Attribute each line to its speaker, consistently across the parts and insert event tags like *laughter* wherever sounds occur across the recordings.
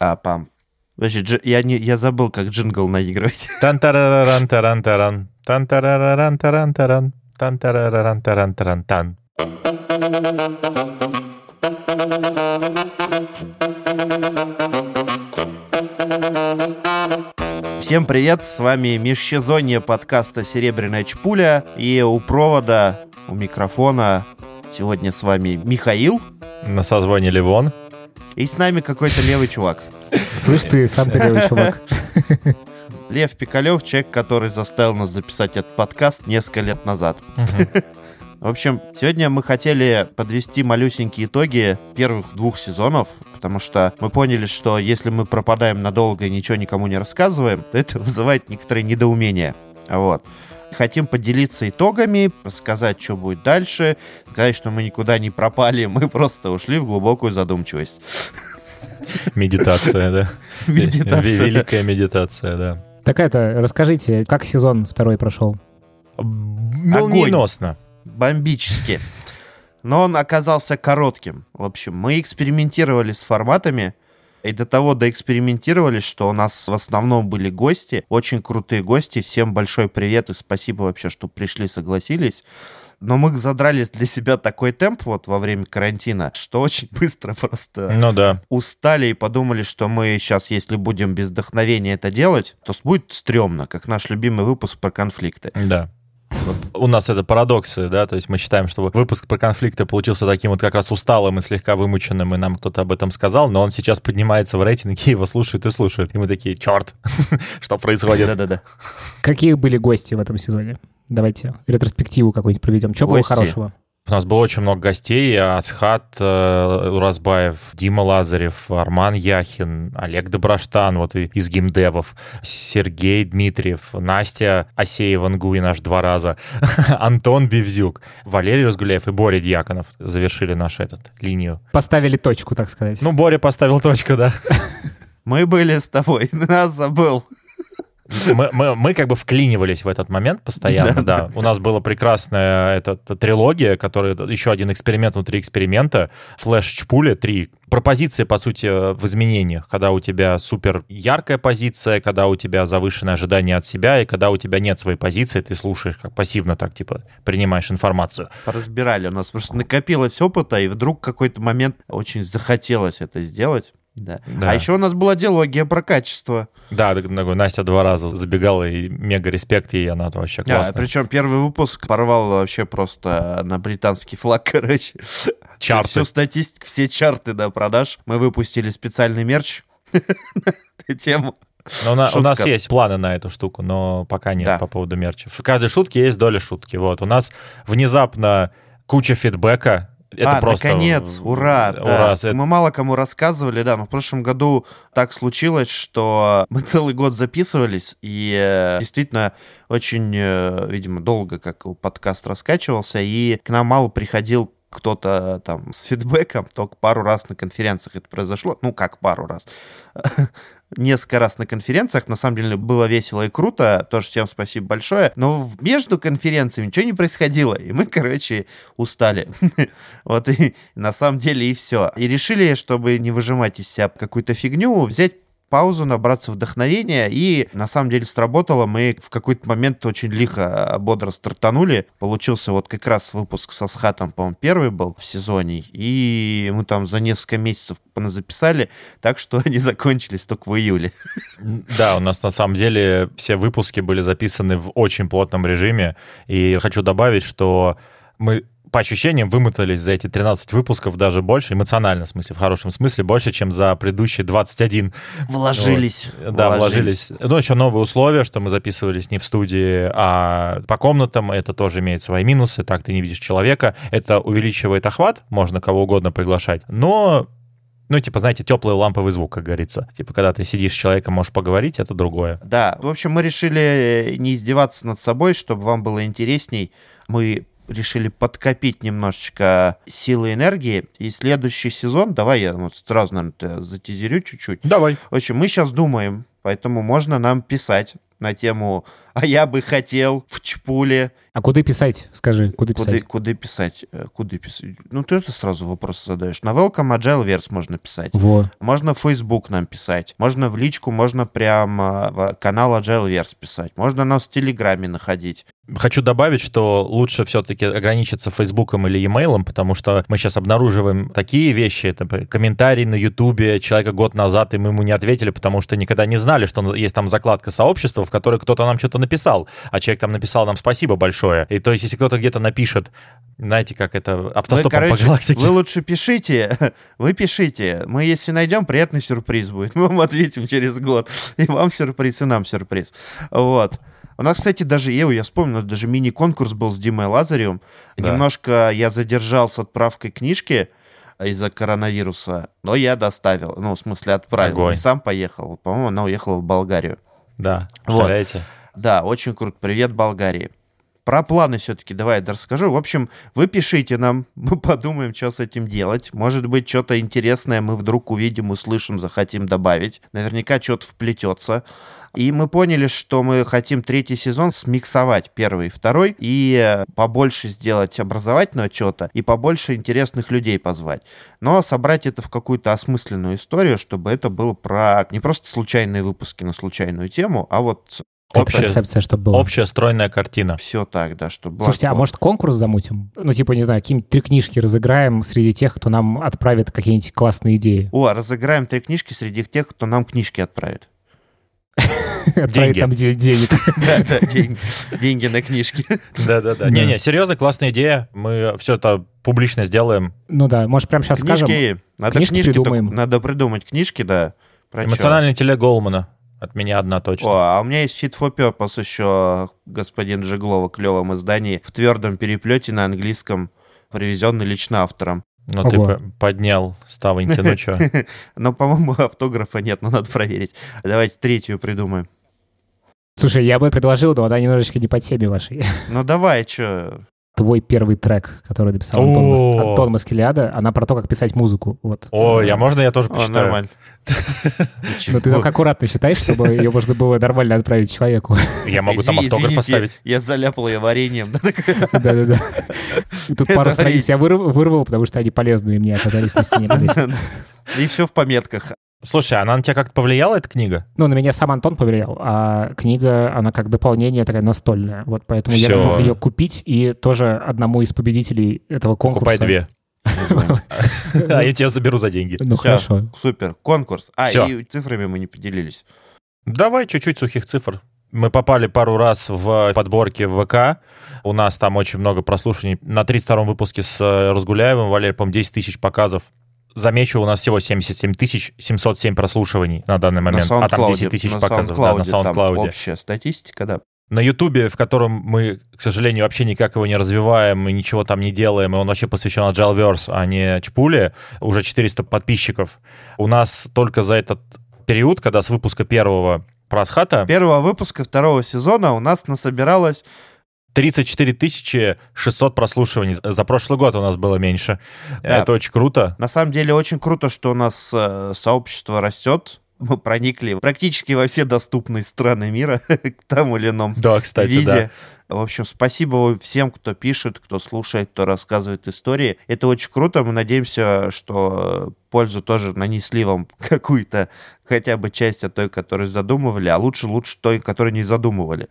Speaker 1: А, пам. Вообще, джи- я, не, я забыл, как джингл наигрывать. *laughs*
Speaker 2: Тан-тарараран, таран-таран. Тан-тарараран, таран-таран. Тан-тарараран, таран-таран-тан.
Speaker 1: Всем привет, с вами межсезонье подкаста «Серебряная чпуля» и у провода, у микрофона сегодня с вами Михаил
Speaker 2: На созвоне Ливон.
Speaker 1: и с нами какой-то левый чувак.
Speaker 3: Слышь, ты сам ты левый чувак.
Speaker 1: Лев Пикалев, человек, который заставил нас записать этот подкаст несколько лет назад. В общем, сегодня мы хотели подвести малюсенькие итоги первых двух сезонов, потому что мы поняли, что если мы пропадаем надолго и ничего никому не рассказываем, то это *laughs* вызывает некоторые недоумения. Вот. Хотим поделиться итогами, рассказать, что будет дальше, сказать, что мы никуда не пропали, *laughs* мы просто ушли в глубокую задумчивость.
Speaker 2: Медитация, да.
Speaker 1: Медитация.
Speaker 2: Великая медитация, да.
Speaker 3: Так это, расскажите, как сезон второй прошел?
Speaker 2: Молниеносно.
Speaker 1: бомбически. Но он оказался коротким. В общем, мы экспериментировали с форматами, и до того доэкспериментировали, что у нас в основном были гости, очень крутые гости. Всем большой привет и спасибо вообще, что пришли, согласились. Но мы задрались для себя такой темп вот во время карантина, что очень быстро просто
Speaker 2: Ну да.
Speaker 1: устали и подумали, что мы сейчас, если будем без вдохновения это делать, то будет стрёмно, как наш любимый выпуск про конфликты.
Speaker 2: Да. Вот У нас это парадоксы, да, то есть мы считаем, что выпуск про конфликты получился таким вот как раз усталым и слегка вымученным, и нам кто-то об этом сказал, но он сейчас поднимается в рейтинге, *laughs* его слушают и слушают. И мы такие, черт, *laughs* что происходит?
Speaker 1: Да-да-да.
Speaker 3: Какие были гости в этом сезоне? Давайте ретроспективу какую-нибудь проведем. Что было
Speaker 1: Гости.
Speaker 3: хорошего?
Speaker 2: У нас было очень много гостей, Асхат э, Уразбаев, Дима Лазарев, Арман Яхин, Олег Доброштан, вот и- из геймдевов, Сергей Дмитриев, Настя Асеева Нгуин аж два раза, *laughs* Антон Бивзюк, Валерий Разгуляев и Боря Дьяконов завершили нашу этот, линию.
Speaker 3: Поставили точку, так сказать.
Speaker 2: Ну, Боря поставил точку, да.
Speaker 1: Мы были с тобой, *laughs* нас забыл.
Speaker 2: Мы, мы- мы как бы вклинивались в этот момент постоянно, да. У нас была прекрасная эта т- трилогия, которая еще один эксперимент внутри эксперимента. Флэш-чпуля 3. Пропозиции, по сути, в изменениях. Когда у тебя супер яркая позиция, когда у тебя завышенное ожидание от себя, и когда у тебя нет своей позиции, ты слушаешь как пассивно так, типа, принимаешь информацию.
Speaker 1: Разбирали. У нас просто накопилось опыта, и вдруг в какой-то момент очень захотелось это сделать. Да.
Speaker 2: Да.
Speaker 1: А еще у нас была диалогия про качество.
Speaker 2: Да, так, ну, Настя два раза забегала, и мега респект ей, она вообще классная.
Speaker 1: причем А, первый выпуск порвал вообще просто на британский флаг, *laughs* короче.
Speaker 2: Чарты.
Speaker 1: Всю статистику, все чарты, да, продаж. Мы выпустили специальный мерч *laughs* на эту тему.
Speaker 2: Но у, на- у
Speaker 1: Шутка.
Speaker 2: нас есть планы на эту штуку, но пока нет
Speaker 1: Да.
Speaker 2: по поводу мерча. В каждой шутке есть доля шутки. Вот у нас внезапно куча фидбэка. Это
Speaker 1: а,
Speaker 2: просто...
Speaker 1: наконец, ура, да.
Speaker 2: Ура, это-
Speaker 1: Мы мало кому рассказывали, да, но в прошлом году так случилось, что мы *laughs* целый год записывались, и э, действительно очень, э, видимо, долго как подкаст раскачивался, и к нам мало приходил кто-то там с фидбэком, только пару раз на конференциях это произошло, ну как пару раз, *laughs* несколько раз на конференциях. На самом деле было весело и круто. Тоже всем спасибо большое. Но в- между конференциями ничего не происходило. И мы, короче, устали. Вот и *laughs* на самом деле и все. И решили, чтобы не выжимать из себя какую-то фигню, взять паузу, набраться вдохновения, и на самом деле сработало. Мы в какой-то момент очень лихо, а, бодро стартанули. Получился вот как раз выпуск со Схатом, по-моему, первый был в сезоне, и мы там за несколько месяцев записали, так что *laughs* они закончились только в июле.
Speaker 2: Да, у нас на самом деле все выпуски были записаны в очень плотном режиме. И хочу добавить, что мы по ощущениям вымотались за эти 13 выпусков даже больше, эмоционально, в смысле, в хорошем смысле, больше, чем за предыдущие 21.
Speaker 1: Вложились.
Speaker 2: Да, вложились. Ну, еще новые условия, что мы записывались не в студии, а по комнатам. Это тоже имеет свои минусы. Так ты не видишь человека. Это увеличивает охват. Можно кого угодно приглашать. Но ну, типа, знаете, теплый ламповый звук, как говорится. Типа, когда ты сидишь с человеком, можешь поговорить, это другое.
Speaker 1: Да, в общем, мы решили э, не издеваться над собой, чтобы вам было интересней. Мы решили подкопить немножечко силы и энергии. И следующий сезон, давай я ну, вот сразу, наверное, тебя затизерю чуть-чуть.
Speaker 2: Давай.
Speaker 1: В общем, мы сейчас думаем, поэтому можно нам писать на тему «А я бы хотел в Чпуле».
Speaker 3: А куда писать, скажи, куда
Speaker 1: Куда,
Speaker 3: писать?
Speaker 1: куда писать? Э, Куда писать? Ну, ты это сразу вопрос задаешь. На Welcome Agile Verse можно писать.
Speaker 3: Во.
Speaker 1: Можно в Facebook нам писать. Можно в личку, можно прямо в канал Agile Verse писать. Можно нас в Телеграме находить.
Speaker 2: Хочу добавить, что лучше все-таки ограничиться Фейсбуком или e-mail, потому что мы сейчас обнаруживаем такие вещи, это комментарий на Ютубе человека год назад, и мы ему не ответили, потому что никогда не знали, что он- есть там закладка сообщества, в которой кто-то нам что-то написал, а человек там написал нам спасибо большое. И то есть, если кто-то где-то напишет, знаете, как это
Speaker 1: Вы,
Speaker 2: автостопом по
Speaker 1: короче,
Speaker 2: галактике.
Speaker 1: вы лучше пишите, *laughs* вы пишите. Мы, если найдем, приятный сюрприз будет. *laughs* Мы вам ответим через год. И вам сюрприз, и нам сюрприз. Вот. У нас, кстати, даже, Еу, я вспомнил, даже мини-конкурс был с Димой Лазаревым.
Speaker 2: Да.
Speaker 1: Немножко я задержал с отправкой книжки а, из-за коронавируса, но я доставил. Ну, в смысле, отправил.
Speaker 2: Огонь.
Speaker 1: Не сам поехал. По-моему, она уехала в Болгарию.
Speaker 2: Да,
Speaker 1: Вот.
Speaker 2: представляете?
Speaker 1: Да, очень круто. Привет, Болгарии. Про планы все-таки давай я расскажу. В общем, вы пишите нам, *laughs* мы подумаем, что с этим делать. Может быть, что-то интересное мы вдруг увидим, услышим, захотим добавить. Наверняка что-то вплетется. И мы поняли, что мы хотим третий сезон смиксовать первый и второй, и э, побольше сделать образовательного чего-то, и побольше интересных людей позвать. Но собрать это в какую-то осмысленную историю, чтобы это было про не просто случайные выпуски на случайную тему, а вот
Speaker 3: Как
Speaker 2: Общая-
Speaker 3: концепция, чтобы была.
Speaker 2: Общая
Speaker 1: *laughs*
Speaker 2: стройная картина.
Speaker 1: все так, да, чтобы... была
Speaker 3: Слушайте, а
Speaker 1: класс-
Speaker 3: может конкурс замутим? Ну, типа, не знаю, какие-нибудь три книжки разыграем среди тех, кто нам отправит какие-нибудь классные идеи. *laughs*
Speaker 1: О, разыграем три книжки среди тех, кто нам книжки отправит.
Speaker 3: Отправит нам де- денег.
Speaker 1: Да, да, деньги, деньги на книжки.
Speaker 2: Да-да-да. Не-не, серьезно, классная идея. Мы все это публично сделаем.
Speaker 3: Ну да, может, прямо сейчас скажем.
Speaker 1: Книжки, надо
Speaker 3: книжки
Speaker 1: книжки, только-
Speaker 3: придумаем.
Speaker 1: надо придумать книжки, да. Про чё?
Speaker 2: Эмоциональный теле Голмана. От меня одна точно.
Speaker 1: О, а у меня есть Fit for Purpose еще, господин Жеглова, клевом издании, в твердом переплете на английском, привезенный лично автором.
Speaker 2: Ну, ты
Speaker 3: Ого.
Speaker 2: п- поднял ставоньки, ну
Speaker 3: *laughs*
Speaker 2: чё.
Speaker 1: Но, по-моему, *laughs* автографа нет, но надо проверить. Давайте третью придумаем.
Speaker 3: Слушай, я бы предложил, но она немножечко не по теме вашей.
Speaker 1: Ну давай, что?
Speaker 3: Твой первый трек, который написал Антон,
Speaker 2: О.
Speaker 3: Мас- Антон Маскелиада, она про то, как писать музыку. Вот.
Speaker 2: Ой, а можно я тоже почитаю?
Speaker 3: *laughs*
Speaker 1: Нормально.
Speaker 3: Но Ну, ты так аккуратно считаешь, чтобы ее можно было нормально отправить человеку. *laughs*
Speaker 2: Я могу там
Speaker 1: Извини-
Speaker 2: автограф
Speaker 1: извините,
Speaker 2: поставить.
Speaker 1: Я заляпал ее вареньем. *laughs* Да, такой,
Speaker 3: Да-да-да. И Тут
Speaker 1: Это
Speaker 3: пару
Speaker 1: варенье.
Speaker 3: страниц я вырв- вырвал, потому что они полезные мне оказались на стене. повесить.
Speaker 1: И все в пометках.
Speaker 2: Слушай, а она на тебя как-то повлияла, эта книга?
Speaker 3: Ну, на меня сам Антон повлиял, а книга, она как дополнение такая настольная. Вот поэтому я
Speaker 2: Всё.
Speaker 3: готов ее купить и тоже одному из победителей этого конкурса.
Speaker 2: Покупай
Speaker 3: *laughs*
Speaker 2: две. А я тебя заберу за деньги.
Speaker 3: Ну,
Speaker 1: Всё.
Speaker 3: хорошо.
Speaker 1: Супер. Конкурс. А,
Speaker 2: Всё.
Speaker 1: и цифрами мы не поделились.
Speaker 2: Давай чуть-чуть сухих цифр. Мы попали пару раз в подборки в ВК. У нас там очень много прослушиваний. На 32-м выпуске с э, Разгуляевым, Валерий, по-моему, 10 тысяч показов. Замечу, у нас всего 77 тысяч 707 прослушиваний на данный момент.
Speaker 1: на
Speaker 2: а там 10 тысяч
Speaker 1: на
Speaker 2: показов да, на
Speaker 1: SoundCloud там
Speaker 2: SoundCloud.
Speaker 1: общая статистика, да.
Speaker 2: на Ютубе, в котором мы, к сожалению, вообще никак его не развиваем и ничего там не делаем, и он вообще посвящен Agile а не Чпуле, уже 400 подписчиков. У нас только за этот период, когда с выпуска первого про Асхата,
Speaker 1: Первого выпуска второго сезона у нас насобиралось...
Speaker 2: 34 тысячи 600 прослушиваний. За прошлый год у нас было меньше.
Speaker 1: Да.
Speaker 2: Это очень круто.
Speaker 1: На самом деле очень круто, что у нас э, сообщество растет. Мы проникли практически во все доступные страны мира *laughs* к тому или иному
Speaker 2: Да, кстати, да.
Speaker 1: виде. В общем, спасибо всем, кто пишет, кто слушает, кто рассказывает истории. Это очень круто. Мы надеемся, что э, пользу тоже нанесли вам *laughs* какую-то, хотя бы часть от той, которую задумывали, а лучше лучше той, которую не задумывали.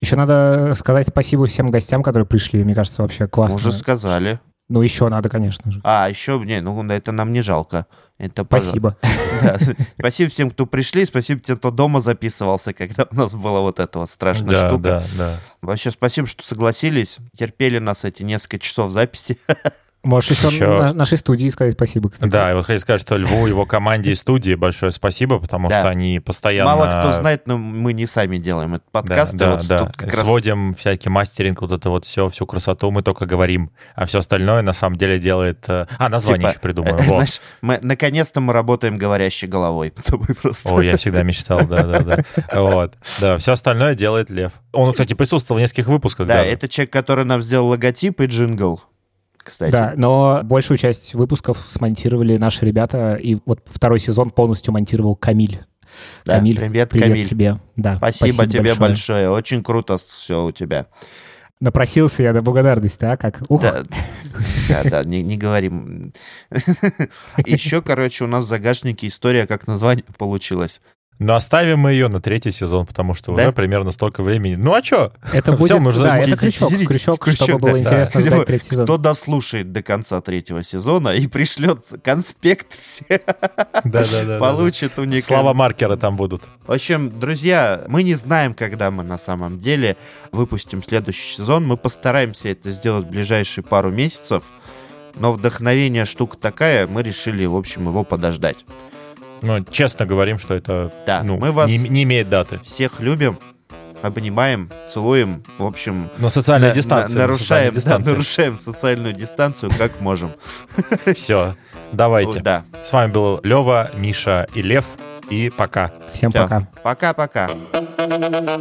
Speaker 3: Еще надо сказать спасибо всем гостям, которые пришли. Мне кажется, вообще
Speaker 1: Мы
Speaker 3: классно.
Speaker 1: уже сказали.
Speaker 3: Ну, еще надо, конечно же.
Speaker 1: А, еще, не, ну на это нам не жалко. Это пожа-
Speaker 3: Спасибо.
Speaker 1: *laughs* Да. Спасибо всем, кто пришли, спасибо тем, кто дома записывался, когда у нас была вот эта вот страшная
Speaker 2: Да,
Speaker 1: штука.
Speaker 2: да, да.
Speaker 1: Вообще спасибо, что согласились, терпели нас эти несколько часов записи.
Speaker 3: Можешь еще,
Speaker 2: Еще.
Speaker 3: на- нашей студии сказать спасибо, кстати.
Speaker 2: Да, и вот хочу сказать, что Льву, его команде и студии большое спасибо, потому
Speaker 1: Да.
Speaker 2: что они постоянно...
Speaker 1: Мало кто знает, но мы не сами делаем этот подкаст. и
Speaker 2: да,
Speaker 1: вот
Speaker 2: да,
Speaker 1: тут
Speaker 2: да.
Speaker 1: как раз-
Speaker 2: Сводим всякий мастеринг, вот это вот все, всю красоту, мы только говорим, а все остальное на самом деле делает... э, А, название
Speaker 1: Типа,
Speaker 2: еще придумаю.
Speaker 1: э,
Speaker 2: во.
Speaker 1: Знаешь, мы наконец-то мы работаем говорящей головой. *laughs* С тобой просто.
Speaker 2: О, я всегда мечтал, да, да, да. Вот. Да, все остальное делает Лев. Он, кстати, присутствовал в нескольких выпусках.
Speaker 1: да,
Speaker 2: даже.
Speaker 1: это человек, который нам сделал логотип и джингл. Кстати.
Speaker 3: Да, но большую часть выпусков смонтировали наши ребята, и вот второй сезон полностью монтировал Камиль.
Speaker 1: Да,
Speaker 3: Камиль,
Speaker 1: привет,
Speaker 3: привет
Speaker 1: Камиль.
Speaker 3: тебе. Да,
Speaker 1: Спасибо, тебе большое.
Speaker 3: большое.
Speaker 1: Очень круто все у тебя.
Speaker 3: Напросился я до благодарности, а как? Ух,
Speaker 1: Да, да, да, не, не *laughs* говорим. Еще, короче, у нас в загашнике история, как название получилось.
Speaker 2: Но оставим мы ее на третий сезон, потому что
Speaker 1: Да?
Speaker 2: уже примерно столько времени. Ну
Speaker 1: *laughs*
Speaker 2: а что?
Speaker 3: это будет,
Speaker 2: мы уже
Speaker 3: да, это
Speaker 1: замутили.
Speaker 3: крючок,
Speaker 1: Извините,
Speaker 3: крючок, чтобы
Speaker 1: крючок,
Speaker 3: было
Speaker 1: да.
Speaker 3: интересно
Speaker 1: Да.
Speaker 3: ждать третий сезон.
Speaker 1: Кто дослушает до конца третьего сезона и пришлет конспект *laughs* все,
Speaker 2: Да-да-да.
Speaker 1: получит у них...
Speaker 2: Слова маркера там будут.
Speaker 1: В общем, друзья, мы не знаем, когда мы на самом деле выпустим следующий сезон. Мы постараемся это сделать в ближайшие пару месяцев. Но вдохновение штука такая, мы решили, в общем, его подождать.
Speaker 2: Ну, честно говорим, что это
Speaker 1: Да,
Speaker 2: ну,
Speaker 1: мы вас
Speaker 2: не, не имеет даты.
Speaker 1: всех любим, обнимаем, целуем. В общем,
Speaker 2: Но социальная
Speaker 1: на-
Speaker 2: дистанция.
Speaker 1: на- нарушаем, *laughs* да,
Speaker 2: социальная дистанция.
Speaker 1: нарушаем социальную дистанцию, как можем.
Speaker 2: Все, давайте.
Speaker 1: Да.
Speaker 2: С вами был Лева, Миша и Лев. И пока.
Speaker 3: Всем
Speaker 1: Всё.
Speaker 3: пока.
Speaker 1: Пока-пока.